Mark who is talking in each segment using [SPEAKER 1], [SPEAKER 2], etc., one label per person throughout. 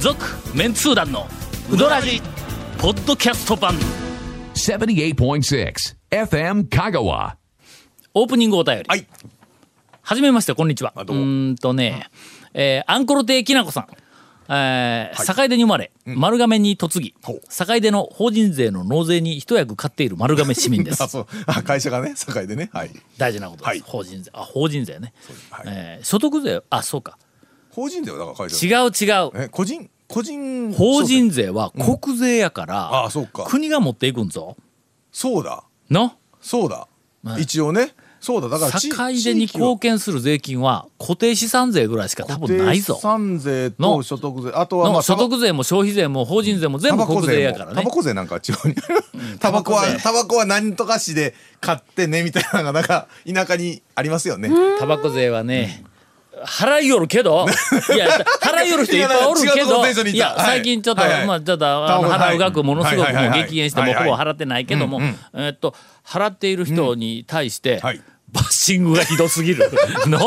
[SPEAKER 1] 続メンツー団のウドラジポッドキャスト版
[SPEAKER 2] 78.6 FM Kagawa.
[SPEAKER 1] オープニングお便り
[SPEAKER 3] は。
[SPEAKER 1] はいじめましてこんにちはう
[SPEAKER 3] あどうも
[SPEAKER 1] ーんとね、えーアンコロ亭きなこさんえー坂出に生まれ、丸亀に嫁ぎ
[SPEAKER 3] ほう
[SPEAKER 1] 坂出の法人税の納税に一役買っている丸亀市民です
[SPEAKER 3] あ、そう。あ、会社がね、堺でね。はい。
[SPEAKER 1] 大事なことです、
[SPEAKER 3] はい
[SPEAKER 1] 法人税あ法人税ね、
[SPEAKER 3] はい
[SPEAKER 1] えー所得税あそうか
[SPEAKER 3] 法人だよ、だから会社。
[SPEAKER 1] 違う違う
[SPEAKER 3] え、個人、個人。
[SPEAKER 1] 法人税は国税やから、
[SPEAKER 3] あそうか
[SPEAKER 1] 国が持っていくんぞ
[SPEAKER 3] そうだ。
[SPEAKER 1] の
[SPEAKER 3] そうだ。一応ね。そうだ。だから地、
[SPEAKER 1] 境出に貢献する税金は固定資産税ぐらいしか多分ないぞ
[SPEAKER 3] 産税
[SPEAKER 1] の
[SPEAKER 3] と所得税、あとはま
[SPEAKER 1] の
[SPEAKER 3] あ
[SPEAKER 1] 所得税も消費税も法人税も全
[SPEAKER 3] タ
[SPEAKER 1] 部
[SPEAKER 3] バコ
[SPEAKER 1] 国税
[SPEAKER 3] 税
[SPEAKER 1] や
[SPEAKER 3] も
[SPEAKER 1] から
[SPEAKER 3] タ
[SPEAKER 1] ね
[SPEAKER 3] バコ税なん か地方にある。タバコは
[SPEAKER 1] タバコ税、
[SPEAKER 3] タバコは何とか市で買ってねみたいなのがなんか田舎にありますよね。
[SPEAKER 1] タバコ税はね、払いよるけ どいや払いよる人いっぱいおる
[SPEAKER 3] 違う
[SPEAKER 1] け
[SPEAKER 3] とこ
[SPEAKER 1] ど
[SPEAKER 3] テンションに行った
[SPEAKER 1] や
[SPEAKER 3] はい
[SPEAKER 1] 最近ちょっと、
[SPEAKER 3] はいはい
[SPEAKER 1] まあちょっとあの
[SPEAKER 3] タバコ
[SPEAKER 1] 払う額ものすごく
[SPEAKER 3] はいは
[SPEAKER 1] も
[SPEAKER 3] いうはい
[SPEAKER 1] 激減してもうほぼ払ってないけども、えっと払っている人に対して、
[SPEAKER 3] はい
[SPEAKER 1] バッシングがひどすぎる の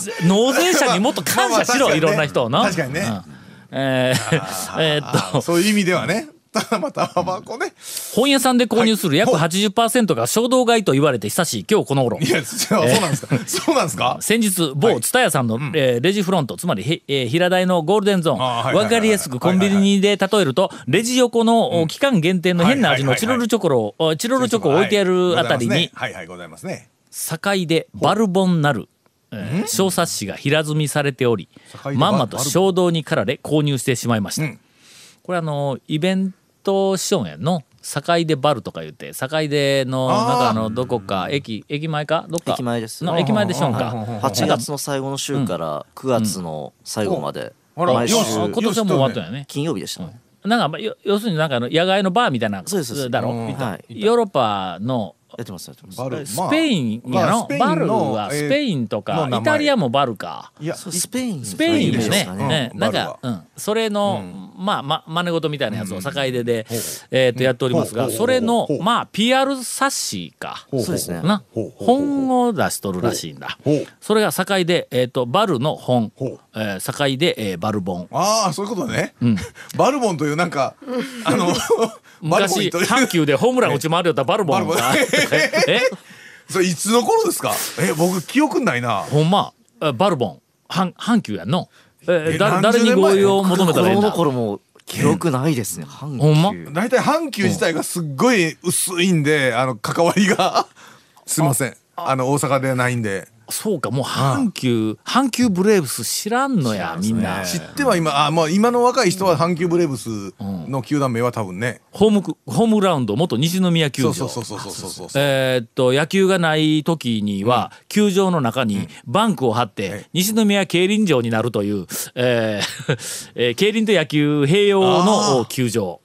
[SPEAKER 1] ぜ納税者にもっと感謝しろ、
[SPEAKER 3] まあまあ確かにね
[SPEAKER 1] いろんな人をな
[SPEAKER 3] 確かにね
[SPEAKER 1] うんえー えーっと
[SPEAKER 3] そういう意味ではね。ただまあタバコね。
[SPEAKER 1] 本屋さんで購入する約
[SPEAKER 3] はい
[SPEAKER 1] 80%が衝動買いと言われて久しい今日この頃
[SPEAKER 3] いや、そうそうなんですか。そうなんで すか。
[SPEAKER 1] 先日某蔦屋さんの、えーレジフロントつまりへ、えー平台のゴールデンゾーンわ、
[SPEAKER 3] あーはいはいはいはい
[SPEAKER 1] かりやすくコンビニで例えるとレジ横の、お期間限定の変な味の
[SPEAKER 3] はいは
[SPEAKER 1] チ
[SPEAKER 3] いは
[SPEAKER 1] ロ
[SPEAKER 3] い
[SPEAKER 1] ル
[SPEAKER 3] はい
[SPEAKER 1] チョコロを、おチロルチョコを置いてあるあたりに
[SPEAKER 3] はいはいございますね。
[SPEAKER 1] 境でバルボンなる、えー小冊子が平積みされており
[SPEAKER 3] 堺でバ
[SPEAKER 1] まんまと衝動に駆られ購入してしまいました、
[SPEAKER 3] ん
[SPEAKER 1] これあのイベントしようやんの境でバルとか言って境での
[SPEAKER 3] あー
[SPEAKER 1] なんかあのどこか駅駅前かどっか
[SPEAKER 4] 駅前です
[SPEAKER 1] の駅前でしょんか
[SPEAKER 4] 8月の最後の週から9月の最後まで、
[SPEAKER 3] うんあら
[SPEAKER 4] 毎週
[SPEAKER 3] よ
[SPEAKER 1] あ
[SPEAKER 3] し
[SPEAKER 1] 今年はもう終わったんやね
[SPEAKER 4] 金曜日でしたね。
[SPEAKER 1] なんかまあよ要するになんかあの野外のバーみたいな
[SPEAKER 4] そうですそうです
[SPEAKER 1] だろ、
[SPEAKER 3] うん
[SPEAKER 4] はい
[SPEAKER 1] ヨーロッパの
[SPEAKER 4] やってますやってます。
[SPEAKER 3] バル
[SPEAKER 1] スペインや
[SPEAKER 3] まあ
[SPEAKER 1] の、
[SPEAKER 3] スペインの
[SPEAKER 1] バルは
[SPEAKER 3] えー
[SPEAKER 1] スペインとか、
[SPEAKER 3] の名前
[SPEAKER 1] イタリアもバルか
[SPEAKER 3] いや
[SPEAKER 4] そうスペイン
[SPEAKER 1] スペインも
[SPEAKER 4] で
[SPEAKER 1] ね
[SPEAKER 4] すか
[SPEAKER 3] うん
[SPEAKER 1] ね
[SPEAKER 3] うん
[SPEAKER 1] なん
[SPEAKER 3] バル
[SPEAKER 1] か
[SPEAKER 3] は、
[SPEAKER 1] うん、それの、まあま真似事みたいなやつを境出で、えー、とやっておりますが、
[SPEAKER 3] ほうほう
[SPEAKER 1] それの
[SPEAKER 3] ほう
[SPEAKER 1] まあ PR 冊子か。
[SPEAKER 3] ほ
[SPEAKER 4] そうですね。
[SPEAKER 1] な
[SPEAKER 3] ほうほうほう
[SPEAKER 1] 本を出しとるらしいんだ
[SPEAKER 3] ほう
[SPEAKER 1] それが境で、えー、とバルの本、
[SPEAKER 3] ほう
[SPEAKER 1] えー境で、えーバル本
[SPEAKER 3] ああそういうことね。バルボンというなんかあのバルボン
[SPEAKER 1] 昔
[SPEAKER 3] という
[SPEAKER 1] 阪急でホームラン打ち回るよったバルボンが
[SPEAKER 3] バル
[SPEAKER 1] え
[SPEAKER 3] それいつの頃ですか。え僕記憶ないな。
[SPEAKER 1] ほんま、えバルボン、阪阪急やんの。え
[SPEAKER 3] え
[SPEAKER 1] だ
[SPEAKER 3] 何
[SPEAKER 1] 誰
[SPEAKER 3] 十
[SPEAKER 1] に
[SPEAKER 3] 年前
[SPEAKER 1] 合意を求めたらええん
[SPEAKER 4] 子供の
[SPEAKER 1] だ。
[SPEAKER 4] 頃も記憶ないですね。阪急
[SPEAKER 1] ほんま
[SPEAKER 3] 大体阪急自体がすっごい薄いんであの関わりがすいませんあの大阪ではないんで
[SPEAKER 1] そうか、もう阪急、阪急ブレーブス知らんのや、みんな。
[SPEAKER 3] 知っては今あまあ今の若い人は阪急ブレーブスの球団名は多分ね。
[SPEAKER 1] ホームク、ホームグラウンド、元西宮球
[SPEAKER 3] そ
[SPEAKER 1] 場。
[SPEAKER 3] うそうそうそうそうそうそう。
[SPEAKER 1] えーっと野球がない時には、球場の中にバンクを張って、西宮競輪場になるという、えー えー競輪と野球併用の
[SPEAKER 3] あー
[SPEAKER 1] 球場、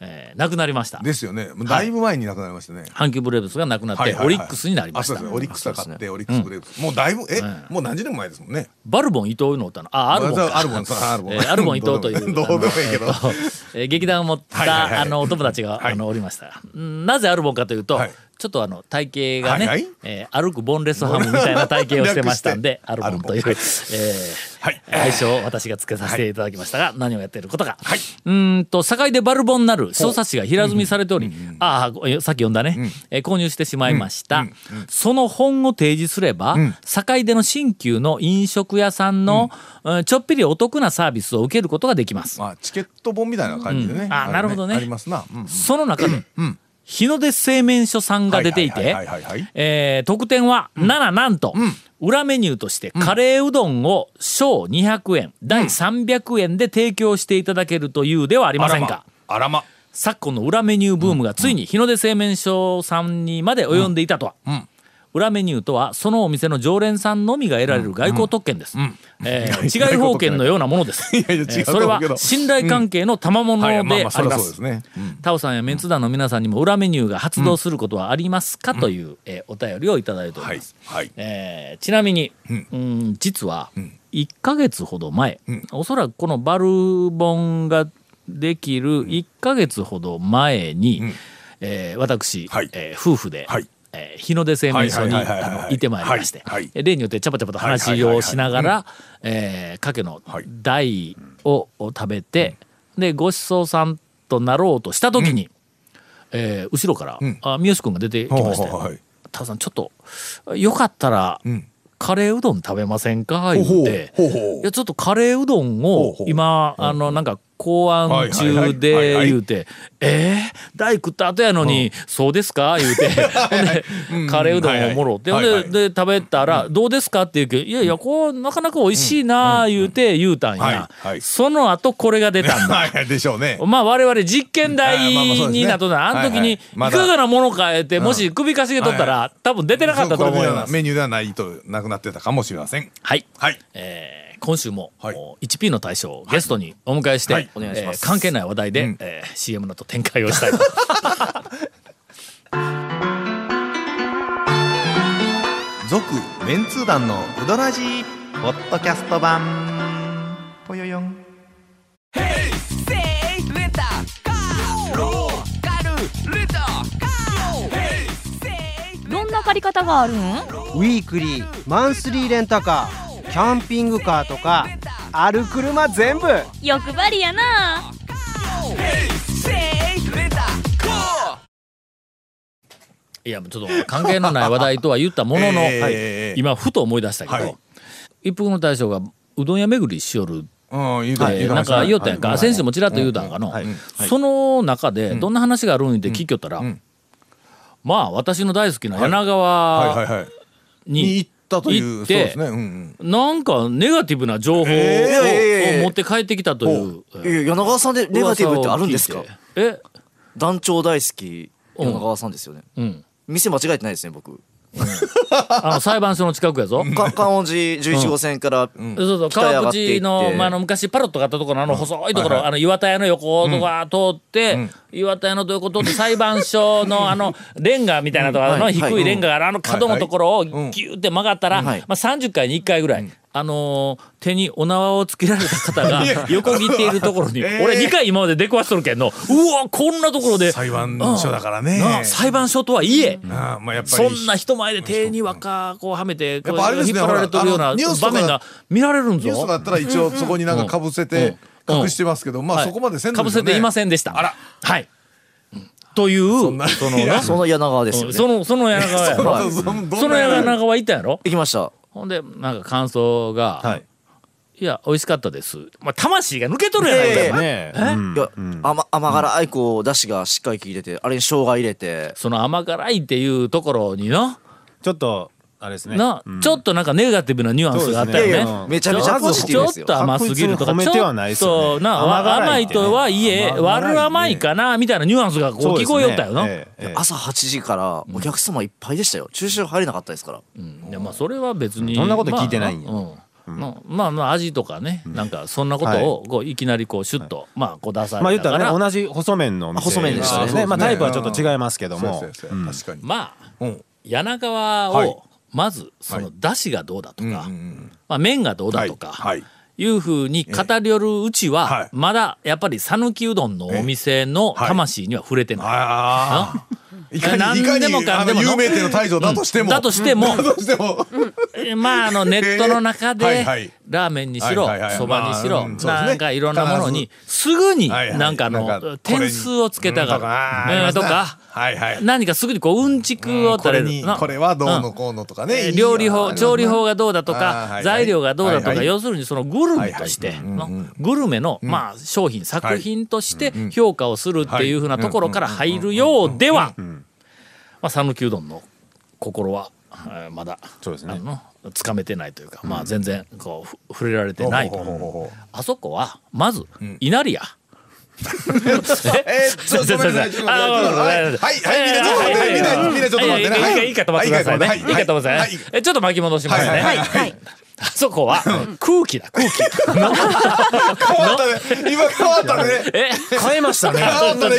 [SPEAKER 1] えーなくなりました
[SPEAKER 3] ですよね。もうだいぶ前に亡くなりましたね。
[SPEAKER 1] 阪急ブレーブスがなくなって、
[SPEAKER 3] はいはいはい
[SPEAKER 1] オリックスになりまし
[SPEAKER 3] あ
[SPEAKER 1] た
[SPEAKER 3] そうですねオリックスが勝って、オリックスブレーブス。もうだいぶ、え、もう何十年も前ですもんね。
[SPEAKER 1] バルボン伊藤いうのおったのあアルボンか
[SPEAKER 3] アルボンそうアルボン
[SPEAKER 1] えーアルボン伊藤という
[SPEAKER 3] どうでもいいけ
[SPEAKER 1] あ
[SPEAKER 3] ど
[SPEAKER 1] のえー劇団を持っ
[SPEAKER 3] はいはいはい
[SPEAKER 1] たあのお友達が
[SPEAKER 3] はい
[SPEAKER 1] あのおりましたうんなぜアルボンかというと
[SPEAKER 3] はい
[SPEAKER 1] ちょっとあの体型がね
[SPEAKER 3] はいはい
[SPEAKER 1] えー歩くボンレスハムみたいな体型をしてましたんでア
[SPEAKER 3] 略
[SPEAKER 1] ル
[SPEAKER 3] し
[SPEAKER 1] ボン
[SPEAKER 3] て
[SPEAKER 1] という
[SPEAKER 3] アルボ
[SPEAKER 1] え
[SPEAKER 3] ン
[SPEAKER 1] ー
[SPEAKER 3] はい
[SPEAKER 1] 愛称を私がつけさせていただきましたが何をやっていることかうーんと境でバルボンなる小冊子が平積みされておりああごさっき読んだねえー購入してしまいましたその本を提示すれば境出の新旧の飲食屋さんのうんちょっぴりお得なサービスを受けることができます
[SPEAKER 3] まあ、チケット本みたいな感じでね。
[SPEAKER 1] んあ
[SPEAKER 3] れ
[SPEAKER 1] なるほどね
[SPEAKER 3] ありますな。うん
[SPEAKER 1] その中で、日の出製麺所さんが出てい
[SPEAKER 3] はい
[SPEAKER 1] て
[SPEAKER 3] はいはいはいはい、
[SPEAKER 1] えー特典は、ならなんと、裏メニューとして、カレーうどんを小200円、第300円で提供していただけるというではありませんか。
[SPEAKER 3] あらま。
[SPEAKER 1] 昨今の裏メニューブームがついに日の出製麺所さんにまで及んでいたとは、裏メニューとはそのお店の常連さんのみが得られる外交特権です、え ー違い保険のようなものです
[SPEAKER 3] いやいや違うと思うけど
[SPEAKER 1] えーそれは信頼関係の賜物
[SPEAKER 3] は
[SPEAKER 1] であ
[SPEAKER 3] い、
[SPEAKER 1] り
[SPEAKER 3] まあま
[SPEAKER 1] ま
[SPEAKER 3] あ、そりゃそうですすね。
[SPEAKER 1] タオさんやメンツ団の皆さんにも裏メニューが発動することはありますか、という、えーお便りをいただいており
[SPEAKER 3] は
[SPEAKER 1] ま
[SPEAKER 3] い
[SPEAKER 1] す。。
[SPEAKER 3] はい。
[SPEAKER 1] えーちなみに、うん、実は1ヶ月ほど前、おそらくこのバルボンができる1ヶ月ほど前に、えー私、
[SPEAKER 3] はい
[SPEAKER 1] えー夫婦で、
[SPEAKER 3] はい
[SPEAKER 1] えー日の出製麺所に
[SPEAKER 3] はいはいはいはいはい
[SPEAKER 1] あのいてまいりまして、
[SPEAKER 3] はいはい
[SPEAKER 1] 例によってちゃばちゃばと話をしながらえーかけの
[SPEAKER 3] はい
[SPEAKER 1] 第をを食べて、でごちそうさんとなろうとした時に、えー後ろから、
[SPEAKER 3] ん
[SPEAKER 1] あ三好君が出てきまして
[SPEAKER 3] ほうほうはい
[SPEAKER 1] 「タオさんちょっとよかったら、
[SPEAKER 3] ん
[SPEAKER 1] カレーうどん食べませんか?」
[SPEAKER 3] ほう
[SPEAKER 1] 言
[SPEAKER 3] ほう
[SPEAKER 1] って
[SPEAKER 3] ほうほう
[SPEAKER 1] いやちょっとカレーうどん
[SPEAKER 3] ほう
[SPEAKER 1] を
[SPEAKER 3] ほう
[SPEAKER 1] 今あのなんか考案中
[SPEAKER 3] はいはいはいはい
[SPEAKER 1] で
[SPEAKER 3] はい
[SPEAKER 1] 言うて「えー、大食った後やのに、そうですか?」言う てほんでカレーうどんをもろって、
[SPEAKER 3] はいはい
[SPEAKER 1] ほんでで食べたら「どうですか?」って言うけど「いやいやこうなかなか美味しいな」言うて言うたんや、
[SPEAKER 3] はいはい
[SPEAKER 1] その後これが出たんだ。
[SPEAKER 3] はいでしょうね。
[SPEAKER 1] まあ我々実験台
[SPEAKER 3] あまあまあそうですね
[SPEAKER 1] になっとったあの時にい
[SPEAKER 3] はいはいま
[SPEAKER 1] か
[SPEAKER 3] だ
[SPEAKER 1] がなものかえてもし首かしげとったら多分出てなかったと思いま
[SPEAKER 3] そうこれでは
[SPEAKER 1] す。
[SPEAKER 3] メニューではないとなくなってたかもしれません。
[SPEAKER 1] はい
[SPEAKER 3] はい。
[SPEAKER 1] えー今週も、
[SPEAKER 3] はい
[SPEAKER 1] もう 1P の大将をゲストにお迎えして、
[SPEAKER 3] はい
[SPEAKER 4] お願いします
[SPEAKER 1] えー関係ない話題で、
[SPEAKER 3] うん
[SPEAKER 1] えー CM のと展開をしたい と
[SPEAKER 3] 続メンツー団の
[SPEAKER 5] うどらじポッドキャスト版ぽよよん
[SPEAKER 6] どんな借り方があるん
[SPEAKER 7] ウィークリーマンスリーレンタカーキャンピングカーとかある車全部
[SPEAKER 6] 欲張りやな
[SPEAKER 1] いやもうちょっと関係のない話題とは言ったものの、
[SPEAKER 3] えー
[SPEAKER 1] はい
[SPEAKER 3] えー
[SPEAKER 1] 今ふと思い出したけど、
[SPEAKER 3] はい
[SPEAKER 1] 一服の大将がうどん屋巡りしよるって、
[SPEAKER 3] うん言うた言うて
[SPEAKER 1] な
[SPEAKER 3] ま
[SPEAKER 1] ん
[SPEAKER 3] した
[SPEAKER 1] か
[SPEAKER 3] ね
[SPEAKER 1] 言おったやんか、
[SPEAKER 3] はい
[SPEAKER 1] 先生もちらっと言うたんかの、その中でどんな話があるんって聞きよったら、
[SPEAKER 3] ん
[SPEAKER 1] まあ私の大好きな柳
[SPEAKER 3] はいはい
[SPEAKER 1] 川
[SPEAKER 3] はい。に行
[SPEAKER 1] に
[SPEAKER 3] ったという
[SPEAKER 1] 行っ
[SPEAKER 3] そうで
[SPEAKER 1] て
[SPEAKER 3] すね。うんうん。
[SPEAKER 1] なんかネガティブな情報を,、
[SPEAKER 4] えー
[SPEAKER 1] を持って帰ってきたという。えー
[SPEAKER 4] いや柳川さんでネガティブってあるんですか
[SPEAKER 1] 噂を聞いて
[SPEAKER 4] 団長大好き
[SPEAKER 1] うん
[SPEAKER 4] 柳川さんですよね
[SPEAKER 1] え、うん。
[SPEAKER 4] 店間違えてないですね僕
[SPEAKER 1] あの裁判所の近くやぞ。
[SPEAKER 4] か観音寺11号線から
[SPEAKER 1] そうそう
[SPEAKER 4] 北へ上が
[SPEAKER 1] 川
[SPEAKER 4] ってい
[SPEAKER 1] 口
[SPEAKER 4] って
[SPEAKER 1] の,、まあ、あの昔パロットがあったところのあの細いところ、
[SPEAKER 3] はいはい
[SPEAKER 1] あの岩田屋の横とか通って、岩田屋のどういうことって裁判所 のあのレンガみたいなところの
[SPEAKER 4] はい
[SPEAKER 1] 低
[SPEAKER 4] はい
[SPEAKER 1] いレンガがあるあの角のところをギューって曲がったら、
[SPEAKER 4] はい
[SPEAKER 1] まあ、30回に1回ぐらい、あのー手にお縄をつけられた方が横切っているとこ ろに、俺2回今まで出くわしとるけんのうわこんなところで
[SPEAKER 3] 裁判所だからね。
[SPEAKER 1] なあ裁判所とはいえ、
[SPEAKER 3] あーまあやっぱ
[SPEAKER 1] そ
[SPEAKER 3] り。
[SPEAKER 1] んな人前で手に若こうはめてこう
[SPEAKER 3] やっぱあれです
[SPEAKER 1] 引っ
[SPEAKER 3] ね
[SPEAKER 1] 張られてるような
[SPEAKER 3] ほらあのニュースと
[SPEAKER 1] 場
[SPEAKER 3] か
[SPEAKER 1] 面が見られるん
[SPEAKER 3] ニュースがあ
[SPEAKER 1] ぞ
[SPEAKER 3] っ。たら一応そこになんかかぶせて
[SPEAKER 1] うんうん
[SPEAKER 3] 隠してますけど、ま
[SPEAKER 1] は
[SPEAKER 3] あそこまでせん
[SPEAKER 1] かぶせていませんでした。
[SPEAKER 3] あら
[SPEAKER 1] はい。というそ
[SPEAKER 3] な
[SPEAKER 1] の
[SPEAKER 3] い
[SPEAKER 1] な
[SPEAKER 3] や
[SPEAKER 1] そ
[SPEAKER 4] その柳川ですよね行
[SPEAKER 1] のその柳川やろ。
[SPEAKER 3] その
[SPEAKER 1] その柳川行ったやろ。
[SPEAKER 4] きました
[SPEAKER 1] ほんでなんか感想が、
[SPEAKER 5] はいい、
[SPEAKER 1] や美味しかったです。まあ魂が抜けとるやないか
[SPEAKER 4] ええ
[SPEAKER 1] よ。
[SPEAKER 5] ね
[SPEAKER 1] え
[SPEAKER 4] いや甘甘辛いこうだしがしっかり効いててあれに生姜入れて
[SPEAKER 1] その甘辛いっていうところにな、
[SPEAKER 5] ちょっとあれですね
[SPEAKER 1] な、ちょっとなんかネガティブなニュアンスがあったよ
[SPEAKER 4] い
[SPEAKER 1] ね
[SPEAKER 4] やい。やめちゃめちゃポジティブですよ
[SPEAKER 1] ちょっと甘すぎるとか、
[SPEAKER 5] 確実に褒め
[SPEAKER 1] ち
[SPEAKER 5] て
[SPEAKER 1] ょ
[SPEAKER 5] はない
[SPEAKER 1] っ
[SPEAKER 5] ですよね
[SPEAKER 1] とな甘
[SPEAKER 5] 甘辛い
[SPEAKER 1] 甘い
[SPEAKER 5] ってね
[SPEAKER 1] とはいえ、
[SPEAKER 5] 甘辛いね
[SPEAKER 1] 悪甘いかなみたいなニュアンスがこう聞こえよったよな。
[SPEAKER 5] そうですねええええ
[SPEAKER 4] 朝8時からお客様いっぱいでしたよ駐車場入れなかったですから
[SPEAKER 1] いやまあそれは別に、
[SPEAKER 5] そんなこと聞いてないんや
[SPEAKER 1] まあうんのまあまあ味とかね、なんかそんなことをこういきなりこうシュッと、まあこう出さ
[SPEAKER 5] まあ
[SPEAKER 1] れ
[SPEAKER 5] 言った
[SPEAKER 1] たからら、
[SPEAKER 5] ね
[SPEAKER 1] ま
[SPEAKER 5] 同
[SPEAKER 1] あ
[SPEAKER 5] じ細麺のお店
[SPEAKER 4] 細麺でしたね
[SPEAKER 5] あそうまあタイプはちょっと違いますけど
[SPEAKER 3] そう
[SPEAKER 5] も
[SPEAKER 3] そうそう確かに。うん
[SPEAKER 1] 柳川
[SPEAKER 3] は
[SPEAKER 1] を
[SPEAKER 3] い
[SPEAKER 1] まずその
[SPEAKER 3] は
[SPEAKER 1] 出汁がどうだとか、
[SPEAKER 3] うんうん
[SPEAKER 1] まあ麺がどうだとか。
[SPEAKER 3] はい。はい
[SPEAKER 1] いうふうに語りよるうちは、
[SPEAKER 3] はい
[SPEAKER 1] まだやっぱり讃岐うどんのお店の魂には触れてない。
[SPEAKER 3] ああ。いかにい
[SPEAKER 1] 何
[SPEAKER 3] か
[SPEAKER 1] でも
[SPEAKER 3] に
[SPEAKER 1] か
[SPEAKER 3] あ
[SPEAKER 1] んでも
[SPEAKER 3] の有名店の大将だとしても、
[SPEAKER 1] だとしても、
[SPEAKER 3] だとしても、
[SPEAKER 1] えーまああのネットの中で、
[SPEAKER 3] はいはい
[SPEAKER 1] ラーメンにしろ
[SPEAKER 3] はいはいはい
[SPEAKER 1] そばにしろ、
[SPEAKER 3] まあうんそうですね
[SPEAKER 1] なんかいろんなものにすぐに
[SPEAKER 3] はいはい
[SPEAKER 1] なんかあの、
[SPEAKER 3] なんかこれに
[SPEAKER 1] 点数をつけたがる、
[SPEAKER 3] うんとかあー
[SPEAKER 1] えー
[SPEAKER 3] あります
[SPEAKER 1] と
[SPEAKER 3] な
[SPEAKER 1] か、
[SPEAKER 3] はいはい
[SPEAKER 1] 何かすぐにこううんちくを
[SPEAKER 3] こ
[SPEAKER 1] 垂
[SPEAKER 3] れ
[SPEAKER 1] れ
[SPEAKER 3] に
[SPEAKER 1] るな
[SPEAKER 3] これはどうのこうのとかね、
[SPEAKER 1] え
[SPEAKER 3] い
[SPEAKER 1] ー
[SPEAKER 3] い
[SPEAKER 1] 料理
[SPEAKER 3] よ
[SPEAKER 1] 法
[SPEAKER 3] な
[SPEAKER 1] 調理法がどうだとか、
[SPEAKER 3] あーはいはい
[SPEAKER 1] 材料がどうだとか、
[SPEAKER 3] はいはい
[SPEAKER 1] 要するにそのグルメとして、
[SPEAKER 3] はいはいうんうん
[SPEAKER 1] のグルメの、まあ、商品作品として評価をするっていうふうなところから入るようではまあ讃岐うどんの心は、えーまだ
[SPEAKER 5] そうですね
[SPEAKER 1] あのつかめてないというか、まあ、全然こうふ触れられてないと
[SPEAKER 3] ほうほうほうほう
[SPEAKER 1] あそこはまず稲荷や。
[SPEAKER 3] えー、ちょっとごめんなさい。ちょっとはい、はい、はい、みんな、みんな、みんな、ちょっと待ってね。
[SPEAKER 1] いいか飛ばしてくださいね。いいか飛ばさいね。えちょっと巻き戻しますね。
[SPEAKER 3] はい
[SPEAKER 6] はい
[SPEAKER 1] あそこは空気だ空気。
[SPEAKER 3] 変わったね。今変わったね。
[SPEAKER 1] え
[SPEAKER 5] 変えましたね
[SPEAKER 3] 変わったね、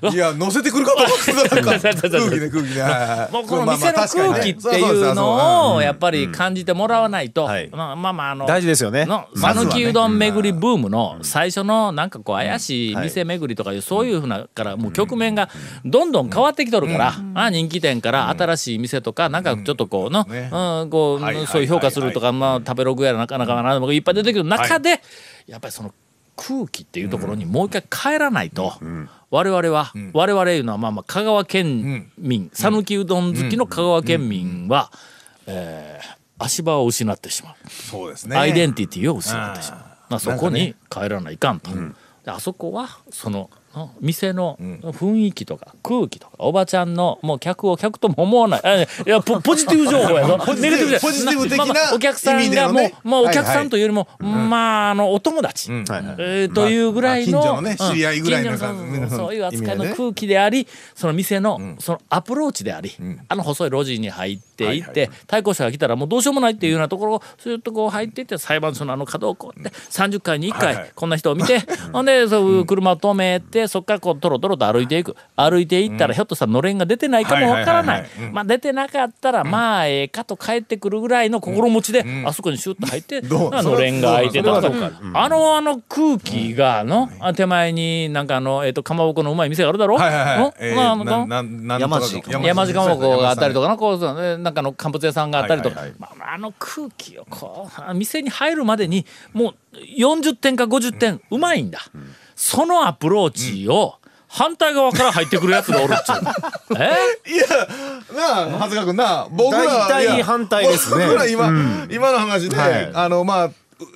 [SPEAKER 3] 今。いや、乗せてくるかと思ってた。なんか空気ね、空気ね。
[SPEAKER 1] もうこの店の空気っていうのをやっぱり感じてもらわないと、
[SPEAKER 5] はい
[SPEAKER 1] まあまあまああの
[SPEAKER 5] 大事ですよね
[SPEAKER 1] の
[SPEAKER 3] まずは
[SPEAKER 1] 讃
[SPEAKER 3] ね
[SPEAKER 1] 岐うどん巡りブームの最初のなんかこう怪しい店巡りとかいうそういうふうなからもう局面がどんどん変わってきとるから、あ人気店から新しい店とかなんかちょっとこうの、
[SPEAKER 3] ね
[SPEAKER 1] うんこう
[SPEAKER 3] はいはいはい
[SPEAKER 1] そういう評価するとか、まあ、食べログやらなかなかなんでもいっぱい出てくる中で、やっぱりその空気っていうところにもう一回帰らないと、我々は、我々いうのはまあまあ香川県民讃岐、うどん好きの香川県民は、えー足場を失ってしまう。
[SPEAKER 3] そうですね
[SPEAKER 1] アイデンティティを失ってしまうまあそこに帰らないかんと、であそこはそのあ店の雰囲気とか空気とかおばちゃんのもう客を客とも思わないあいやポポジティブ情報やぞ
[SPEAKER 3] ポジティブ
[SPEAKER 1] ネガじゃない
[SPEAKER 3] ポジティブ的な
[SPEAKER 1] まあまあお客さ
[SPEAKER 3] 意
[SPEAKER 1] ん
[SPEAKER 3] 味で
[SPEAKER 1] が
[SPEAKER 3] の
[SPEAKER 1] もう、
[SPEAKER 3] ね
[SPEAKER 1] まあ、お客
[SPEAKER 3] はい
[SPEAKER 1] さ
[SPEAKER 3] は
[SPEAKER 1] ん
[SPEAKER 3] い
[SPEAKER 1] というよりも、まああのお友達、えーというぐらいの,、
[SPEAKER 3] まあ近所のね知り合いぐらいの
[SPEAKER 1] うん近所の
[SPEAKER 3] 感じ
[SPEAKER 1] そうそうそういう扱いの
[SPEAKER 3] 意味でね
[SPEAKER 1] 空気でありその店のそのアプローチであり、あの細い路地に入っていって、対向車が来たらもうどうしようもないっていうようなところをずっとこう入っていって裁判所のあの角をこうやって30回に1
[SPEAKER 3] はいはい
[SPEAKER 1] 回こんな人を見て、 ほんでそういう車を止めてそこからこうトロトロと歩いていく歩いていったらひょっとしたらのれんが出てないかもわからな
[SPEAKER 3] はいはいいはいはいうん
[SPEAKER 1] まあ出てなかったらまあええかと帰ってくるぐらいの心持ちで、あそこにシュッと入って、
[SPEAKER 3] どう
[SPEAKER 1] なんかのれんが開いてた
[SPEAKER 3] それは
[SPEAKER 1] と
[SPEAKER 3] そ
[SPEAKER 1] か
[SPEAKER 3] れは
[SPEAKER 1] あのあの空気がの、あ手前になんかあの、えっとかまぼこのうまい店があるだろ、
[SPEAKER 3] はいはいはい。え
[SPEAKER 1] のまあ
[SPEAKER 3] ーなななん
[SPEAKER 4] 山
[SPEAKER 3] とか
[SPEAKER 4] 地
[SPEAKER 3] の
[SPEAKER 1] 山地かまぼこがあったりと
[SPEAKER 3] か。
[SPEAKER 1] かなこうそうねなんかの乾物屋さんがあったりとか、
[SPEAKER 3] はいはい
[SPEAKER 1] まあ、あの空気をこうあ店に入るまでにもう40点か50点うまいんだ、そのアプローチを反対側から入ってくるやつがおるっちゅ うのえ
[SPEAKER 3] いや、なあ、はずかくんな、僕ら。
[SPEAKER 8] 大体
[SPEAKER 3] いや
[SPEAKER 8] 反対ですね
[SPEAKER 3] 僕ら今、今の話で、
[SPEAKER 8] はい
[SPEAKER 3] あの、まあ、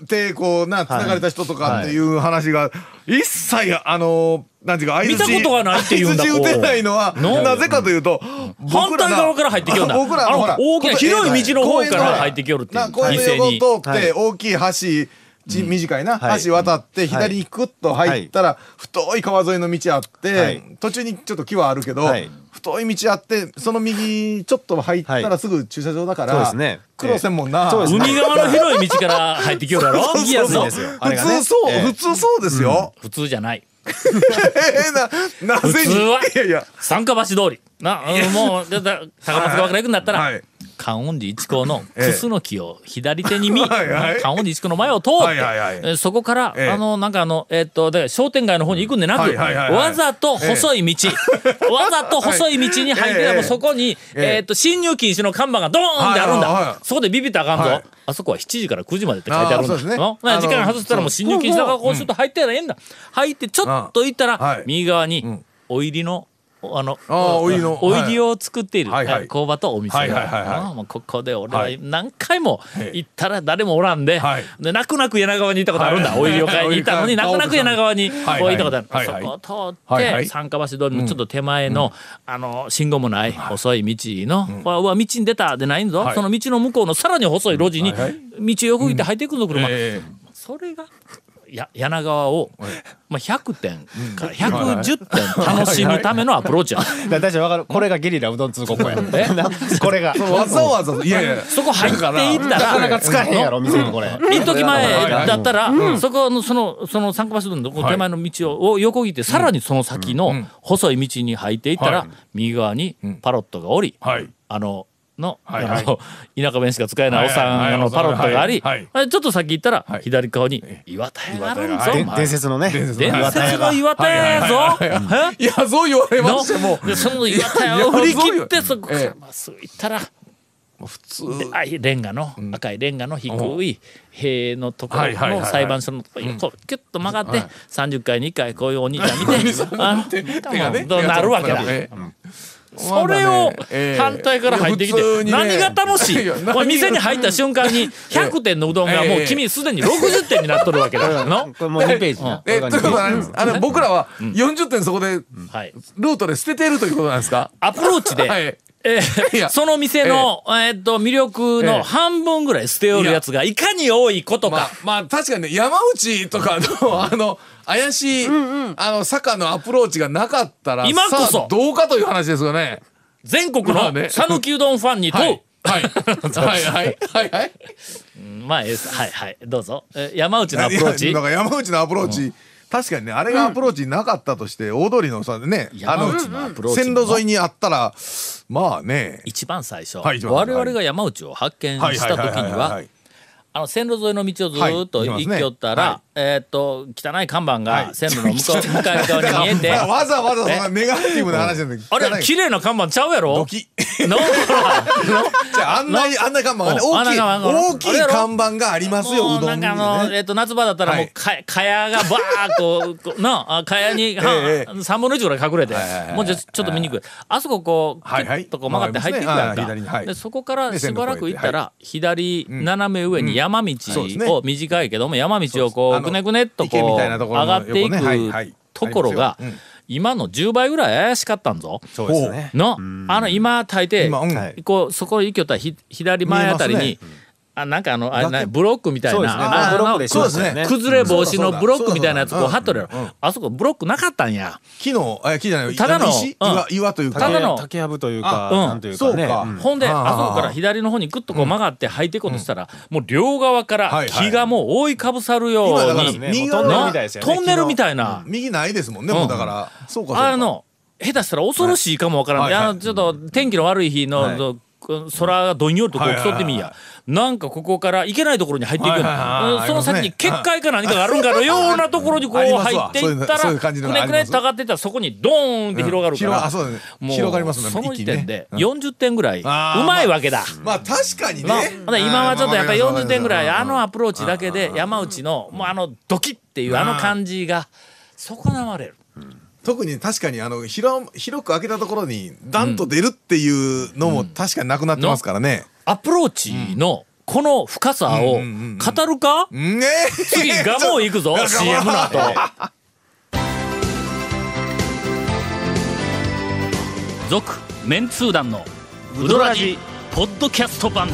[SPEAKER 3] 抵抗な、繋がれた人とかっていう話が、一切、あの、なんていうか、相槌
[SPEAKER 1] 見たことがないって言うんだ
[SPEAKER 3] 相槌打てないのは、
[SPEAKER 1] の
[SPEAKER 3] なぜかというと、
[SPEAKER 1] 反
[SPEAKER 3] 僕ら
[SPEAKER 1] 対
[SPEAKER 3] な
[SPEAKER 1] 側から入ってきよるんだ。
[SPEAKER 3] 僕ら
[SPEAKER 1] あの
[SPEAKER 3] ほら
[SPEAKER 1] 大きな
[SPEAKER 3] こ
[SPEAKER 1] 広い道の
[SPEAKER 3] 公
[SPEAKER 1] 方
[SPEAKER 3] 園
[SPEAKER 1] から
[SPEAKER 3] ほ
[SPEAKER 1] 入ってきよるっていう。
[SPEAKER 3] な公園の
[SPEAKER 1] に
[SPEAKER 3] 横を通って大きい橋ち短いな、橋渡って左にクッと入ったら、太い川沿いの道あって、
[SPEAKER 8] はい
[SPEAKER 3] 途中にちょっと木はあるけど、
[SPEAKER 8] はい
[SPEAKER 3] 太い道あってその右ちょっと入った
[SPEAKER 8] は
[SPEAKER 3] ら
[SPEAKER 8] い
[SPEAKER 3] すぐ駐車場だから、
[SPEAKER 8] そうですね
[SPEAKER 3] 苦労せんもんな、
[SPEAKER 8] そうですね
[SPEAKER 1] 海側の広い道から入ってきよるやろ
[SPEAKER 8] 行きやすいんですよ。あれ
[SPEAKER 3] 普
[SPEAKER 8] がね
[SPEAKER 3] 通そう、
[SPEAKER 8] ええ
[SPEAKER 3] 普通そうですよ、
[SPEAKER 1] 普通じゃない。
[SPEAKER 3] ええなな
[SPEAKER 1] 普
[SPEAKER 3] ぜ
[SPEAKER 1] 通
[SPEAKER 3] に
[SPEAKER 1] はい
[SPEAKER 3] やいや
[SPEAKER 1] 三華橋通り。な、うんもう、だだ高松川から行くんだった
[SPEAKER 3] は
[SPEAKER 1] ら
[SPEAKER 3] い、
[SPEAKER 1] 観音寺一高の
[SPEAKER 3] え
[SPEAKER 1] ク
[SPEAKER 3] え
[SPEAKER 1] スの木を左手に見、
[SPEAKER 3] はいはい
[SPEAKER 1] 観音寺一高の前を通って
[SPEAKER 3] はいはいはい、
[SPEAKER 1] えそこから、
[SPEAKER 3] ええ
[SPEAKER 1] あの、なんかあの、えっと、だから商店街の方に行くんでな
[SPEAKER 3] は
[SPEAKER 1] く、
[SPEAKER 3] いはいはいはい
[SPEAKER 1] わざと細い 道、わざと細い道に入って
[SPEAKER 3] ええ
[SPEAKER 1] でもそこに、
[SPEAKER 3] ええ
[SPEAKER 1] えっと、侵入禁止の看板がドーンってあるん
[SPEAKER 3] はいはい
[SPEAKER 1] だ
[SPEAKER 3] は。い
[SPEAKER 1] そこでビビったらあかん
[SPEAKER 3] は
[SPEAKER 1] ぞ
[SPEAKER 3] い。
[SPEAKER 1] あそこは7時から9時までって書いてあるん
[SPEAKER 3] あーそうで
[SPEAKER 1] だ。
[SPEAKER 3] すね
[SPEAKER 1] のまあ時間
[SPEAKER 3] あの
[SPEAKER 1] 外したらもう侵入禁止だから、こうちょっと入ってやらええんだ。入ってちょっと行った
[SPEAKER 3] あーは
[SPEAKER 1] ら
[SPEAKER 3] い、
[SPEAKER 1] 右側に
[SPEAKER 3] ん、
[SPEAKER 1] お入りの、あの、
[SPEAKER 3] あーお入りの
[SPEAKER 1] お
[SPEAKER 3] はい
[SPEAKER 1] 入りを作っている、
[SPEAKER 3] はいはい
[SPEAKER 1] えー工場とお店が、
[SPEAKER 3] はいはいはいはい
[SPEAKER 1] あーもうここで俺は
[SPEAKER 3] はい
[SPEAKER 1] 何回も
[SPEAKER 3] ええ
[SPEAKER 1] 行ったら誰もおらんで,、
[SPEAKER 3] はい
[SPEAKER 1] で泣く泣く柳川に行ったことあるんだ、
[SPEAKER 3] はい
[SPEAKER 1] お入りを買いに行ったのに
[SPEAKER 3] お入
[SPEAKER 1] 泣く
[SPEAKER 3] り買い
[SPEAKER 1] 泣く柳川にこう
[SPEAKER 3] はい
[SPEAKER 1] 行ったことある、
[SPEAKER 3] はいはい
[SPEAKER 1] そこを通って、
[SPEAKER 3] はいはい
[SPEAKER 1] 三河橋通りのちょっと手前の、あの信号もない細い道の、うわうわ道に出たでないんぞ、
[SPEAKER 3] はい
[SPEAKER 1] その道の向こうのさらに細い路地に
[SPEAKER 3] はいはい
[SPEAKER 1] 道を横切って入っていくぞ車、
[SPEAKER 3] ええ
[SPEAKER 1] それがや柳川を、まあ、100点から110点楽しむためのアプローチや
[SPEAKER 8] だから大丈夫わかる。これがゲリラうどん通告や。
[SPEAKER 1] え
[SPEAKER 8] なこれが。
[SPEAKER 3] わざわざいやいや
[SPEAKER 1] そこ入っていった、
[SPEAKER 8] なかなから使えへんやろ、店にこれ。
[SPEAKER 1] 一時前だったら、そこの、その、その参加場所のこう
[SPEAKER 3] はい
[SPEAKER 1] 手前の道をを横切って、さらにその先の細い道に入っていった
[SPEAKER 3] は
[SPEAKER 1] ら
[SPEAKER 3] い、
[SPEAKER 1] 右側にパロットがおり、
[SPEAKER 3] はい
[SPEAKER 1] あの、の、あ
[SPEAKER 3] はいはい
[SPEAKER 1] の、田舎弁しか使えないおっさ
[SPEAKER 3] はい
[SPEAKER 1] んあ
[SPEAKER 3] はいはい
[SPEAKER 1] のパロットがあり、
[SPEAKER 3] はい
[SPEAKER 1] あれちょっと先行ったら
[SPEAKER 3] は、い
[SPEAKER 1] 左側に岩田屋があるんぞ、
[SPEAKER 8] で
[SPEAKER 1] お前
[SPEAKER 8] 伝説のね。
[SPEAKER 1] 伝
[SPEAKER 8] 岩田
[SPEAKER 1] 説
[SPEAKER 8] 屋が
[SPEAKER 1] の岩田屋やぞえ
[SPEAKER 3] いやそう言われま
[SPEAKER 1] の
[SPEAKER 3] しても
[SPEAKER 1] でその岩田屋を振り切ってそこか
[SPEAKER 3] え
[SPEAKER 1] ら
[SPEAKER 3] え
[SPEAKER 1] まっすぐ行ったら
[SPEAKER 3] 普通
[SPEAKER 1] であいレンガの赤いレンガの低い塀のとこ
[SPEAKER 3] は
[SPEAKER 1] ろ
[SPEAKER 3] いはいはい
[SPEAKER 1] の
[SPEAKER 3] はい
[SPEAKER 1] 裁判所のところにこうキュッと曲がって30回に1回こういうお兄ちゃん見 てあ
[SPEAKER 3] 手がね
[SPEAKER 1] どうなるわけだ。
[SPEAKER 3] ええ
[SPEAKER 1] それを反対から入ってきて
[SPEAKER 3] いや普通にね
[SPEAKER 1] 何が楽しい
[SPEAKER 3] いや何が
[SPEAKER 1] お前店に入った瞬間に100点のうどんがもう
[SPEAKER 3] ええ
[SPEAKER 1] 君すでに60点になっとるわけ だの
[SPEAKER 8] これもう2ページな。
[SPEAKER 3] え、ということは何ですあの、僕らは40点そこで、ル
[SPEAKER 1] はい
[SPEAKER 3] ートで捨ててるということなんですか
[SPEAKER 1] アプローチで
[SPEAKER 3] はい。
[SPEAKER 1] え
[SPEAKER 3] い
[SPEAKER 1] ー、
[SPEAKER 3] や
[SPEAKER 1] その店の、えーっと魅力
[SPEAKER 3] え
[SPEAKER 1] の
[SPEAKER 3] え
[SPEAKER 1] 半分ぐらい捨ておるやつがいかに多いこと
[SPEAKER 3] まあ
[SPEAKER 1] か、、
[SPEAKER 3] まあ、確かにね、山内とかの、あの、怪しい、あの、坂のアプローチがなかったら、
[SPEAKER 1] 今こそ
[SPEAKER 3] さあどうかという話ですよね。
[SPEAKER 1] 全国
[SPEAKER 3] ま
[SPEAKER 1] の
[SPEAKER 3] あね
[SPEAKER 1] 讃岐うどんファンに問う、
[SPEAKER 3] はい。はい。はいはい。はいはい。
[SPEAKER 1] まあええですはいはいどうぞ、えー山内のアプロー
[SPEAKER 3] い
[SPEAKER 1] チ
[SPEAKER 3] やなんか山内のアプローチ、確かにね、あれがアプローチなかったとして、大通りのさ、ね、あ
[SPEAKER 1] 山内のアプロ
[SPEAKER 3] の、
[SPEAKER 1] ーチ
[SPEAKER 3] 線
[SPEAKER 1] も
[SPEAKER 3] 路沿いにあったら、まあね、
[SPEAKER 1] 一番最初、
[SPEAKER 3] はい一番最
[SPEAKER 1] 我
[SPEAKER 3] 初
[SPEAKER 1] 々が山内を発見した時にはあの線路沿いの道をずーっと
[SPEAKER 3] はい行きます
[SPEAKER 1] 行
[SPEAKER 3] ね
[SPEAKER 1] きよったら、
[SPEAKER 3] は
[SPEAKER 1] えーっと汚い看板が線路の向こう向かい側に見 えて
[SPEAKER 3] わざわざそんなネガティブな話じゃない。
[SPEAKER 1] あ
[SPEAKER 3] 汚
[SPEAKER 1] れ
[SPEAKER 3] い
[SPEAKER 1] 綺麗な看板ちゃうやろ
[SPEAKER 3] ドキ。
[SPEAKER 1] なん か
[SPEAKER 3] じゃあ、あんな、
[SPEAKER 1] な
[SPEAKER 3] あんな看板がね、
[SPEAKER 1] うん
[SPEAKER 3] 大きい、
[SPEAKER 1] あんな看板
[SPEAKER 3] 大きい
[SPEAKER 1] あれやろ
[SPEAKER 3] 看板がありますよ、
[SPEAKER 1] も
[SPEAKER 3] う
[SPEAKER 1] う
[SPEAKER 3] ど
[SPEAKER 1] なんん
[SPEAKER 3] に
[SPEAKER 1] かあの、
[SPEAKER 3] ね。
[SPEAKER 1] えっと夏場だったらもうか、かやがバーこうこうなあかやに、は
[SPEAKER 3] え
[SPEAKER 1] 3分の1ぐらい隠れて、
[SPEAKER 3] いはいはい
[SPEAKER 1] もうちょちょっと見にくい、あそここう、
[SPEAKER 3] はいはい
[SPEAKER 1] キュッとこう曲がって入っていくやんか、
[SPEAKER 3] 曲がりますねはい左にはい
[SPEAKER 1] でそこから
[SPEAKER 3] で
[SPEAKER 1] しばらく行ったら、左
[SPEAKER 3] ん
[SPEAKER 1] 斜め上に山道
[SPEAKER 3] そうですね
[SPEAKER 1] を、短いけども山道をこ
[SPEAKER 3] そ
[SPEAKER 1] う
[SPEAKER 3] うで
[SPEAKER 1] く
[SPEAKER 3] す
[SPEAKER 1] ねくねっとこ
[SPEAKER 3] あの池み
[SPEAKER 1] う
[SPEAKER 3] たいなところ
[SPEAKER 1] 上
[SPEAKER 3] の
[SPEAKER 1] がってい
[SPEAKER 3] 横ねはいはい
[SPEAKER 1] くところが
[SPEAKER 3] ありますよ
[SPEAKER 1] 今の10倍ぐらい怪しかったんぞ。
[SPEAKER 3] そうですね。
[SPEAKER 1] のあの今大抵
[SPEAKER 3] 今、うん。
[SPEAKER 1] こうそこ行きよったらひ左前あたり
[SPEAKER 3] 見え
[SPEAKER 1] に、あなんかあのあれなブロックみたい
[SPEAKER 8] そうですねま
[SPEAKER 1] なあ
[SPEAKER 8] あブロッ
[SPEAKER 1] の
[SPEAKER 8] クでし
[SPEAKER 3] そう
[SPEAKER 8] ま
[SPEAKER 3] で
[SPEAKER 8] し
[SPEAKER 3] す
[SPEAKER 8] たよ
[SPEAKER 3] ね
[SPEAKER 8] ね。
[SPEAKER 1] 崩れ防止のブロックみたいなやつこう
[SPEAKER 3] そうだそうだ
[SPEAKER 1] 貼っとるやろ、
[SPEAKER 3] うんうん
[SPEAKER 1] あそこブロックなかったんや
[SPEAKER 3] 木の、え、木じゃない、
[SPEAKER 1] ただの
[SPEAKER 3] 石
[SPEAKER 1] うん
[SPEAKER 3] 岩、岩というか。
[SPEAKER 1] ただの
[SPEAKER 8] 竹やぶというか、
[SPEAKER 1] うん
[SPEAKER 8] なんというか
[SPEAKER 3] そ
[SPEAKER 8] ね。
[SPEAKER 3] うか
[SPEAKER 8] ん
[SPEAKER 1] ほんで
[SPEAKER 3] ああ
[SPEAKER 1] あそこから左の方にグッとこう曲がって入っていこうとしたら、もう両側か
[SPEAKER 3] は
[SPEAKER 1] ら
[SPEAKER 3] いはい
[SPEAKER 1] 木がもう覆いかぶさるように、
[SPEAKER 3] 今だから
[SPEAKER 8] ね
[SPEAKER 3] 右
[SPEAKER 8] もうトンネル
[SPEAKER 1] な
[SPEAKER 8] みたいですよね。
[SPEAKER 1] トンネルみ
[SPEAKER 8] い。
[SPEAKER 1] たいな、
[SPEAKER 3] 右ないですもんね、
[SPEAKER 1] うん
[SPEAKER 3] もうだから。そうか、そうか。
[SPEAKER 1] あ、の下手したら恐ろしいかもわからん、
[SPEAKER 3] はいはい
[SPEAKER 1] あのちょっと天気の悪い日の、
[SPEAKER 3] はい
[SPEAKER 1] ど空がどんよりとこう
[SPEAKER 3] はいはいはい
[SPEAKER 1] 競ってみいや、なんかここから行けないところに入っていくような、
[SPEAKER 3] はいはいはいはい
[SPEAKER 1] うんその先
[SPEAKER 3] あり
[SPEAKER 1] に
[SPEAKER 3] ますね
[SPEAKER 1] 結界か何かがあるんかのようなところにこう
[SPEAKER 3] あります
[SPEAKER 1] 入
[SPEAKER 3] わ
[SPEAKER 1] っていった
[SPEAKER 3] そう
[SPEAKER 1] ら
[SPEAKER 3] いう
[SPEAKER 1] く
[SPEAKER 3] 感じの
[SPEAKER 1] ねく
[SPEAKER 3] あり
[SPEAKER 1] ね
[SPEAKER 3] ま
[SPEAKER 1] っ
[SPEAKER 3] す
[SPEAKER 1] と上がっていったらそこにドーンって広がるか
[SPEAKER 3] 広
[SPEAKER 1] ら、
[SPEAKER 3] あそうですね
[SPEAKER 1] もう
[SPEAKER 3] 広がりますね
[SPEAKER 1] その時点で
[SPEAKER 3] 一気にね
[SPEAKER 1] 40点ぐらいう
[SPEAKER 3] あー
[SPEAKER 1] まいわけだ。
[SPEAKER 3] まあ確かに
[SPEAKER 1] の
[SPEAKER 3] ね。
[SPEAKER 1] ほんで今はちょっとやっぱり40点ぐらいあの
[SPEAKER 3] あ
[SPEAKER 1] アプローチだけで山内のもうあのドキッっていうあの感じが損なわれる。
[SPEAKER 3] 特に確かにあの広広く開けたところにダンと出るっていうのも確かになくなってますからね。
[SPEAKER 1] アプローチのこの深さを語るか
[SPEAKER 3] ねえ
[SPEAKER 1] 次ガモ行くぞ CM の後続メンツー団のウドラジポッドキャスト版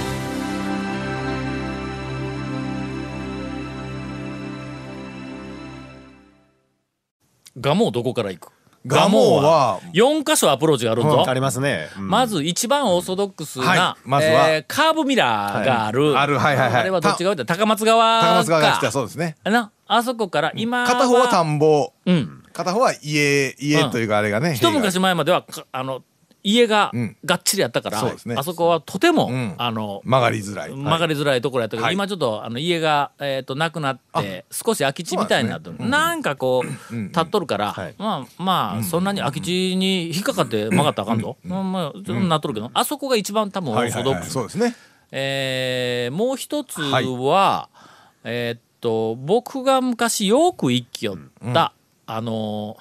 [SPEAKER 1] ガモどこから行く
[SPEAKER 3] ガモは
[SPEAKER 1] 4箇所アプローチがあるんぞ、
[SPEAKER 8] ありますね。うん
[SPEAKER 1] まず一番オーソドックスな、
[SPEAKER 3] はいまずは
[SPEAKER 1] えーカーブミラーがある、
[SPEAKER 3] いあるはいはいはい
[SPEAKER 1] あれはどっちが多いって高松川か
[SPEAKER 3] 高松川が来たそうですね。
[SPEAKER 1] なあそこから今は
[SPEAKER 3] 片方は田んぼ、
[SPEAKER 1] うん
[SPEAKER 3] 片方は家家というかあれがね。
[SPEAKER 1] 一昔前まではかあの家が
[SPEAKER 3] うん
[SPEAKER 1] がっちりやったから、
[SPEAKER 3] そうですね
[SPEAKER 1] あそこはとても、
[SPEAKER 3] うん
[SPEAKER 1] あの
[SPEAKER 3] 曲がりづらい。
[SPEAKER 1] 曲がりづらいところやったけど、
[SPEAKER 3] はい
[SPEAKER 1] 今ちょっとあの家が、えー、となくなって少し空き地みたいになってるな,、んかこう立っとるから、
[SPEAKER 8] はい
[SPEAKER 1] まあまあそんなに空き地に引っかかって曲がったらあかんぞ、まあまあそんななっとるけど、あそこが一番多分オ
[SPEAKER 3] は
[SPEAKER 1] ー
[SPEAKER 3] いは
[SPEAKER 1] ソ
[SPEAKER 3] い
[SPEAKER 1] ドッ
[SPEAKER 3] は
[SPEAKER 1] ク
[SPEAKER 3] い。
[SPEAKER 1] ス
[SPEAKER 3] そうですね。
[SPEAKER 1] えーもう一つは、
[SPEAKER 3] はい
[SPEAKER 1] えーっと僕が昔よく行きよった、あの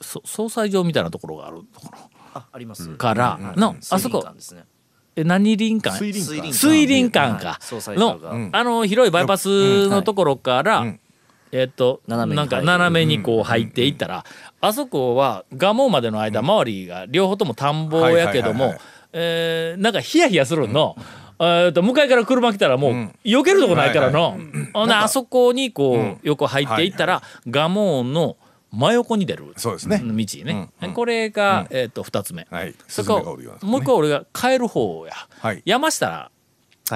[SPEAKER 1] ーそ総裁場みたいなところがあるとこ
[SPEAKER 4] ああります
[SPEAKER 1] ろから、のあそ
[SPEAKER 4] 水林
[SPEAKER 1] こ
[SPEAKER 4] 館ですね
[SPEAKER 1] え何林間
[SPEAKER 3] 水林館
[SPEAKER 1] 水林館か、
[SPEAKER 4] 総裁
[SPEAKER 1] の、
[SPEAKER 4] が、
[SPEAKER 3] ん
[SPEAKER 1] あの広いバイパスのところから、
[SPEAKER 3] ん
[SPEAKER 1] えっと
[SPEAKER 4] 斜めに
[SPEAKER 1] なんか
[SPEAKER 4] 入る
[SPEAKER 1] 斜めにこう入っていったら、あそこは蒲生までの間、周りが両方とも田んぼやけども、
[SPEAKER 3] はいはいはいはい
[SPEAKER 1] えーなんかヒヤヒヤするの。えーと向かいから車来たらもう避けるとこないからの、ほんであそこにこう、横入っていったら蒲生の真横に出る
[SPEAKER 3] そうです
[SPEAKER 1] 道
[SPEAKER 3] ね。
[SPEAKER 1] ね、これが、えー、と2つ目、
[SPEAKER 3] はい。
[SPEAKER 1] そ
[SPEAKER 3] スズ
[SPEAKER 1] こ
[SPEAKER 3] メがおるようなとこね
[SPEAKER 1] もう一個俺が帰る方や、
[SPEAKER 3] はい
[SPEAKER 1] 山下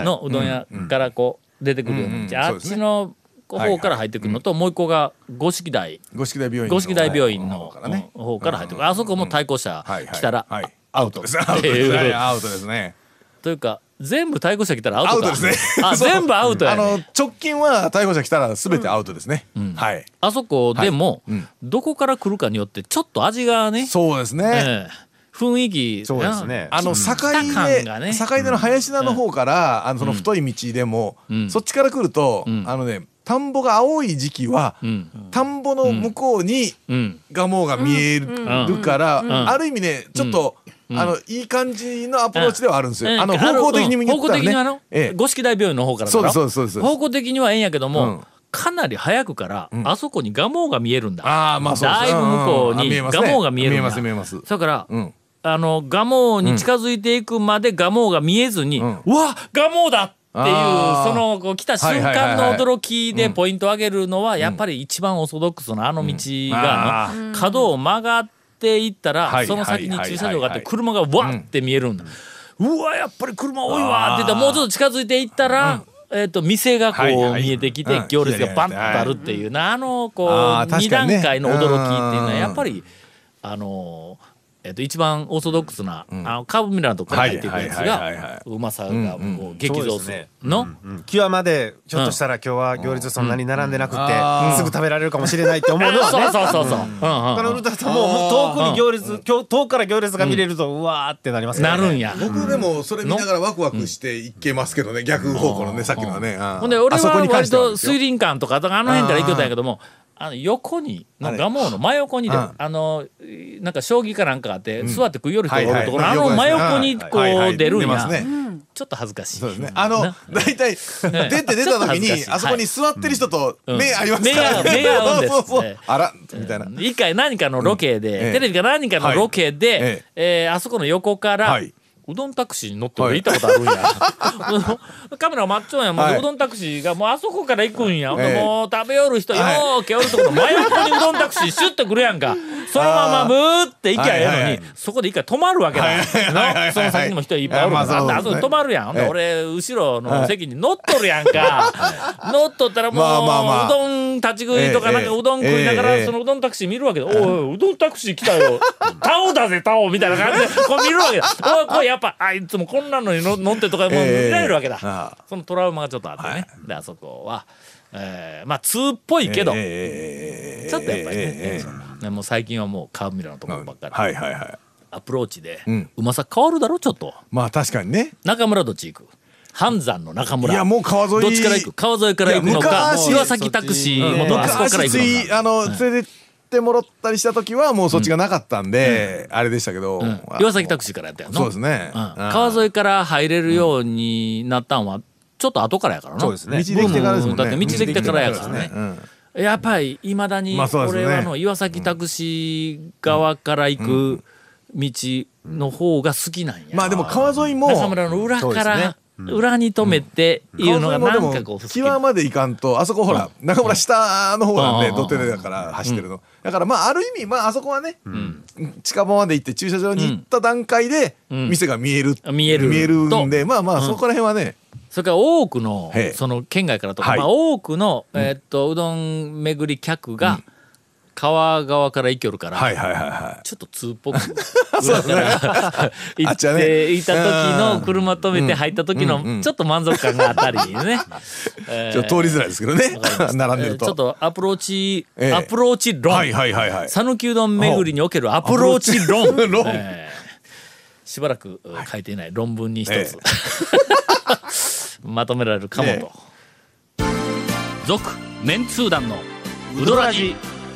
[SPEAKER 1] のうどん屋からこう出てくるような道
[SPEAKER 3] うんうん
[SPEAKER 1] あっちの方から入ってくるのともう一個が五色台
[SPEAKER 3] 五色大病院の。
[SPEAKER 1] 五色台病院
[SPEAKER 3] 方
[SPEAKER 1] の
[SPEAKER 3] からね
[SPEAKER 1] うん方から入ってくるあそこも対向車
[SPEAKER 3] はいはい
[SPEAKER 1] 来たら
[SPEAKER 3] はいアウトです。アウト
[SPEAKER 1] ってい
[SPEAKER 3] です
[SPEAKER 1] う
[SPEAKER 3] はいアウトですね。
[SPEAKER 1] というか全部対向車来たらア
[SPEAKER 3] ア
[SPEAKER 1] ウ
[SPEAKER 3] ウ
[SPEAKER 1] ト
[SPEAKER 3] ト
[SPEAKER 1] か
[SPEAKER 3] ですね。
[SPEAKER 1] あ
[SPEAKER 3] そう
[SPEAKER 1] 全部アウトや
[SPEAKER 3] あの
[SPEAKER 1] ね
[SPEAKER 3] 直近は逮捕者来たら全てアウトですね。はい。
[SPEAKER 1] あそこでも
[SPEAKER 3] はいうん
[SPEAKER 1] どこから来るかによってちょっと味がね
[SPEAKER 3] そうですね。
[SPEAKER 1] ええ雰囲気
[SPEAKER 8] そうですね。
[SPEAKER 3] あの境
[SPEAKER 1] 来た感がね
[SPEAKER 3] で境での林田の方からあのその太い道でも
[SPEAKER 1] ん
[SPEAKER 3] そっちから来ると
[SPEAKER 1] ん
[SPEAKER 3] あのね田んぼが青い時期は
[SPEAKER 1] うん
[SPEAKER 3] 田んぼの向こうに
[SPEAKER 1] うん
[SPEAKER 3] ガモが見えるからある意味ねちょっとあのいい感じのアプローチではあるんです
[SPEAKER 1] うん
[SPEAKER 3] よ。あの方向的に見
[SPEAKER 1] うん方向的にあの
[SPEAKER 3] ええ
[SPEAKER 1] 五色大病院の方からだ
[SPEAKER 3] そう
[SPEAKER 1] ろ
[SPEAKER 3] ですそうですそうですそうです
[SPEAKER 1] 方向的にはええんやけども、
[SPEAKER 3] うん
[SPEAKER 1] かなり早くから、あそこにガモが見えるんだ
[SPEAKER 3] ああまあそう
[SPEAKER 1] だい
[SPEAKER 3] です
[SPEAKER 1] ぶ向こう
[SPEAKER 3] うんうんあ
[SPEAKER 1] に
[SPEAKER 3] 見えます
[SPEAKER 1] ガ
[SPEAKER 3] ね
[SPEAKER 1] モが見えるんだ
[SPEAKER 3] 見えます見えます
[SPEAKER 1] だから、
[SPEAKER 3] うん
[SPEAKER 1] あのガモに近づいていくまでガモが見えずに、う
[SPEAKER 3] うん
[SPEAKER 1] わガモだっていう
[SPEAKER 3] あー
[SPEAKER 1] そのこう来た瞬
[SPEAKER 3] はいは
[SPEAKER 1] 間
[SPEAKER 3] いはい
[SPEAKER 1] の
[SPEAKER 3] はい
[SPEAKER 1] 驚きでポイントを上げるのは、やっぱり一番オーソドックスなあの道がの、角を曲がっていったら、
[SPEAKER 3] はい
[SPEAKER 1] その先に駐車場があっ
[SPEAKER 3] はいはいはいは
[SPEAKER 1] て
[SPEAKER 3] い
[SPEAKER 1] 車がわーって見えるんだ、うわやっぱり車多いわって言ったらもうちょっと近づいていったら、えっと店がこ
[SPEAKER 3] はいは
[SPEAKER 1] う
[SPEAKER 3] い
[SPEAKER 1] 見えてきて
[SPEAKER 3] うん
[SPEAKER 1] 行列がバンとあるっていうなあのこう
[SPEAKER 3] あー
[SPEAKER 1] 2
[SPEAKER 3] 確か
[SPEAKER 1] 段
[SPEAKER 3] にね
[SPEAKER 1] 階の驚きっていうのは
[SPEAKER 3] うん
[SPEAKER 1] やっぱりあのーえっと一番オーソドックスな、あのカーブミラーのとこから入っていくやつ
[SPEAKER 3] はいはいはいはいは
[SPEAKER 1] が
[SPEAKER 3] いう
[SPEAKER 1] まさがこう激
[SPEAKER 8] そ
[SPEAKER 1] 増
[SPEAKER 8] うです
[SPEAKER 1] する
[SPEAKER 8] ね
[SPEAKER 1] の、
[SPEAKER 8] うんキュアまでひょっとしたら今日は行列そんなに並んでなくて、すぐ食べられるかもしれないって思うの
[SPEAKER 1] あ
[SPEAKER 8] は
[SPEAKER 1] そ
[SPEAKER 8] ね
[SPEAKER 1] うそうそうそう、うんうん
[SPEAKER 8] 他のルタさんももう遠くに行列、今日遠くから行列が見れると、うわーってなりますから
[SPEAKER 1] な
[SPEAKER 8] ね
[SPEAKER 1] るんや、
[SPEAKER 3] 僕でもそれ見ながらワクワクしていけますけどね、逆方向のね、さっきのはね。
[SPEAKER 1] ほんで俺
[SPEAKER 3] あそ
[SPEAKER 1] は
[SPEAKER 3] こに関
[SPEAKER 1] 割
[SPEAKER 3] しては
[SPEAKER 1] と
[SPEAKER 3] ですよ
[SPEAKER 1] 水林館とかあの辺から行ってたんやけどもあの横にの蒲生の真横にであのなんか将棋かなんかあって座って食い寄る人がおるところあ
[SPEAKER 3] はいはい
[SPEAKER 1] の真横にこ
[SPEAKER 3] はいはいは
[SPEAKER 1] う
[SPEAKER 3] い
[SPEAKER 1] 出る
[SPEAKER 3] 出
[SPEAKER 1] ん
[SPEAKER 3] ます
[SPEAKER 1] や
[SPEAKER 3] ね
[SPEAKER 1] ちょっと恥ずかしい
[SPEAKER 3] そうですね。あの
[SPEAKER 1] な、
[SPEAKER 3] 大 体、
[SPEAKER 1] え
[SPEAKER 3] 出て出た時
[SPEAKER 1] ちょっと恥ずかし
[SPEAKER 3] に
[SPEAKER 1] い、
[SPEAKER 3] あそこに座ってる人と
[SPEAKER 1] うん
[SPEAKER 3] 目合いますからね。
[SPEAKER 1] 目合う目合うんです
[SPEAKER 3] そうそう
[SPEAKER 1] ええ
[SPEAKER 3] あら、みたいな。
[SPEAKER 1] 一回何かのロケ
[SPEAKER 3] え
[SPEAKER 1] で
[SPEAKER 3] え
[SPEAKER 1] テレビか何かのロケ
[SPEAKER 3] はい
[SPEAKER 1] で
[SPEAKER 3] え
[SPEAKER 1] えーあそこの横から
[SPEAKER 3] はいう
[SPEAKER 1] どんタクシーに乗って俺行ったことあるんやカメラ待っちょんやも
[SPEAKER 3] は
[SPEAKER 1] う
[SPEAKER 3] いう
[SPEAKER 1] どんタクシーがもうあそこから行くんやほん
[SPEAKER 3] え
[SPEAKER 1] で
[SPEAKER 3] え
[SPEAKER 1] もう食べよる人よ
[SPEAKER 3] はい
[SPEAKER 1] ーけおるとこの真横にうどんタクシーシュッと来るやんかそのままブーって行きゃえ
[SPEAKER 3] はいはいは
[SPEAKER 1] え
[SPEAKER 3] い
[SPEAKER 1] のにそこで一回止まるわけだなその先にも人いっぱいおるか
[SPEAKER 3] はい
[SPEAKER 1] ら
[SPEAKER 3] ま
[SPEAKER 1] あ
[SPEAKER 3] あ
[SPEAKER 1] そ
[SPEAKER 3] そ
[SPEAKER 1] こで
[SPEAKER 3] うですね
[SPEAKER 1] 止まるやんほんで
[SPEAKER 3] ええ
[SPEAKER 1] 俺後ろの席に乗っとるやんか乗っとったらもう
[SPEAKER 3] まあまあまあ
[SPEAKER 1] うどん立ち食いとか
[SPEAKER 3] ええ
[SPEAKER 1] なんかうどん食いなが
[SPEAKER 3] え
[SPEAKER 1] ら
[SPEAKER 3] え
[SPEAKER 1] そのうどんタクシー見るわけで「おいおいうどんタクシー来た よタオだぜタオ」みたいな感じでこう見るわけだ「おいこうやっぱあいつもこんなのにの乗って」とかもう見
[SPEAKER 3] ええ
[SPEAKER 1] られるわけだ、
[SPEAKER 3] あ
[SPEAKER 1] そのトラウマがちょっとあってね、であそこは、えーまあ通っぽいけど、
[SPEAKER 3] ええ
[SPEAKER 1] ちょっとやっぱりね,、
[SPEAKER 3] えええ
[SPEAKER 1] ねもう最近はもうカーブミラーのとこ
[SPEAKER 3] え
[SPEAKER 1] ろばっかり、
[SPEAKER 3] はいはいはい。
[SPEAKER 1] アプローチで、うんまさ変わるだろちょっと
[SPEAKER 3] まあ確かにね。
[SPEAKER 1] 中村どっち行く半山の中村
[SPEAKER 3] いやもう川沿い
[SPEAKER 1] どっちから行く川沿いから行くの
[SPEAKER 3] いや
[SPEAKER 1] か
[SPEAKER 3] 昔
[SPEAKER 1] 岩崎タクシーのあそこから行く
[SPEAKER 3] 昔つ
[SPEAKER 1] の
[SPEAKER 3] い
[SPEAKER 1] か
[SPEAKER 3] あの連れてってもらったりした時はもうそっちがなかったんで、あれでしたけど、
[SPEAKER 1] うん岩崎タクシーからやったよな
[SPEAKER 3] そうですね
[SPEAKER 1] うん
[SPEAKER 3] うん
[SPEAKER 1] 川沿いから入れるようになったんはちょっと後からやからな
[SPEAKER 8] そうですね
[SPEAKER 3] 道できてからですもんね
[SPEAKER 1] だって道できてからやからね
[SPEAKER 3] 道できてうん
[SPEAKER 1] やっぱりいまだに
[SPEAKER 3] まあそうですね
[SPEAKER 1] 俺はあの岩崎タクシー側から行く道の方が好きなんや、
[SPEAKER 3] まあでも川沿いも
[SPEAKER 1] 中村の裏
[SPEAKER 8] そう
[SPEAKER 1] か
[SPEAKER 8] ですね
[SPEAKER 1] ら裏に止めていうのが
[SPEAKER 3] 川
[SPEAKER 1] な
[SPEAKER 3] 沿いも
[SPEAKER 1] ん
[SPEAKER 3] で
[SPEAKER 1] か
[SPEAKER 3] も
[SPEAKER 1] こう好き
[SPEAKER 3] 際まで行かんとあそこほら、中村下の方なんで、
[SPEAKER 1] うん
[SPEAKER 3] 土手だから走ってるの、だからまあある意味まああそこはね、
[SPEAKER 1] ん
[SPEAKER 3] 近場まで行って駐車場に行った段階で、
[SPEAKER 1] ん
[SPEAKER 3] 店が見える、
[SPEAKER 1] 見える
[SPEAKER 3] 見えるんでまあまあそこら辺はね、
[SPEAKER 1] それから多くの
[SPEAKER 3] ええ
[SPEAKER 1] その県外からとか、
[SPEAKER 3] はい
[SPEAKER 1] まあ、多くの、えーっとうどん巡り客が川側から行きよるから、
[SPEAKER 3] はいはいはいはい
[SPEAKER 1] ちょっと通っぽく 裏から 行
[SPEAKER 3] あ
[SPEAKER 1] っ
[SPEAKER 3] っちはね
[SPEAKER 1] ていた時の車止めて入った時のちょっと満足感があった りね、えー
[SPEAKER 3] ちょっと通りづらいですけどね
[SPEAKER 1] わかりました
[SPEAKER 3] 並んでる
[SPEAKER 1] えーちょっ
[SPEAKER 3] と。
[SPEAKER 1] とアプローチ、
[SPEAKER 3] ええ
[SPEAKER 1] アプローチ論、
[SPEAKER 3] はいはいはいはい。
[SPEAKER 1] 讃岐うどん巡りにおけるアプローチ論
[SPEAKER 3] アプローチ論
[SPEAKER 1] えーしばらく書いていない論文に一つ、 まとめられるかも
[SPEAKER 3] え
[SPEAKER 1] と「続、メンツー団のウドラジ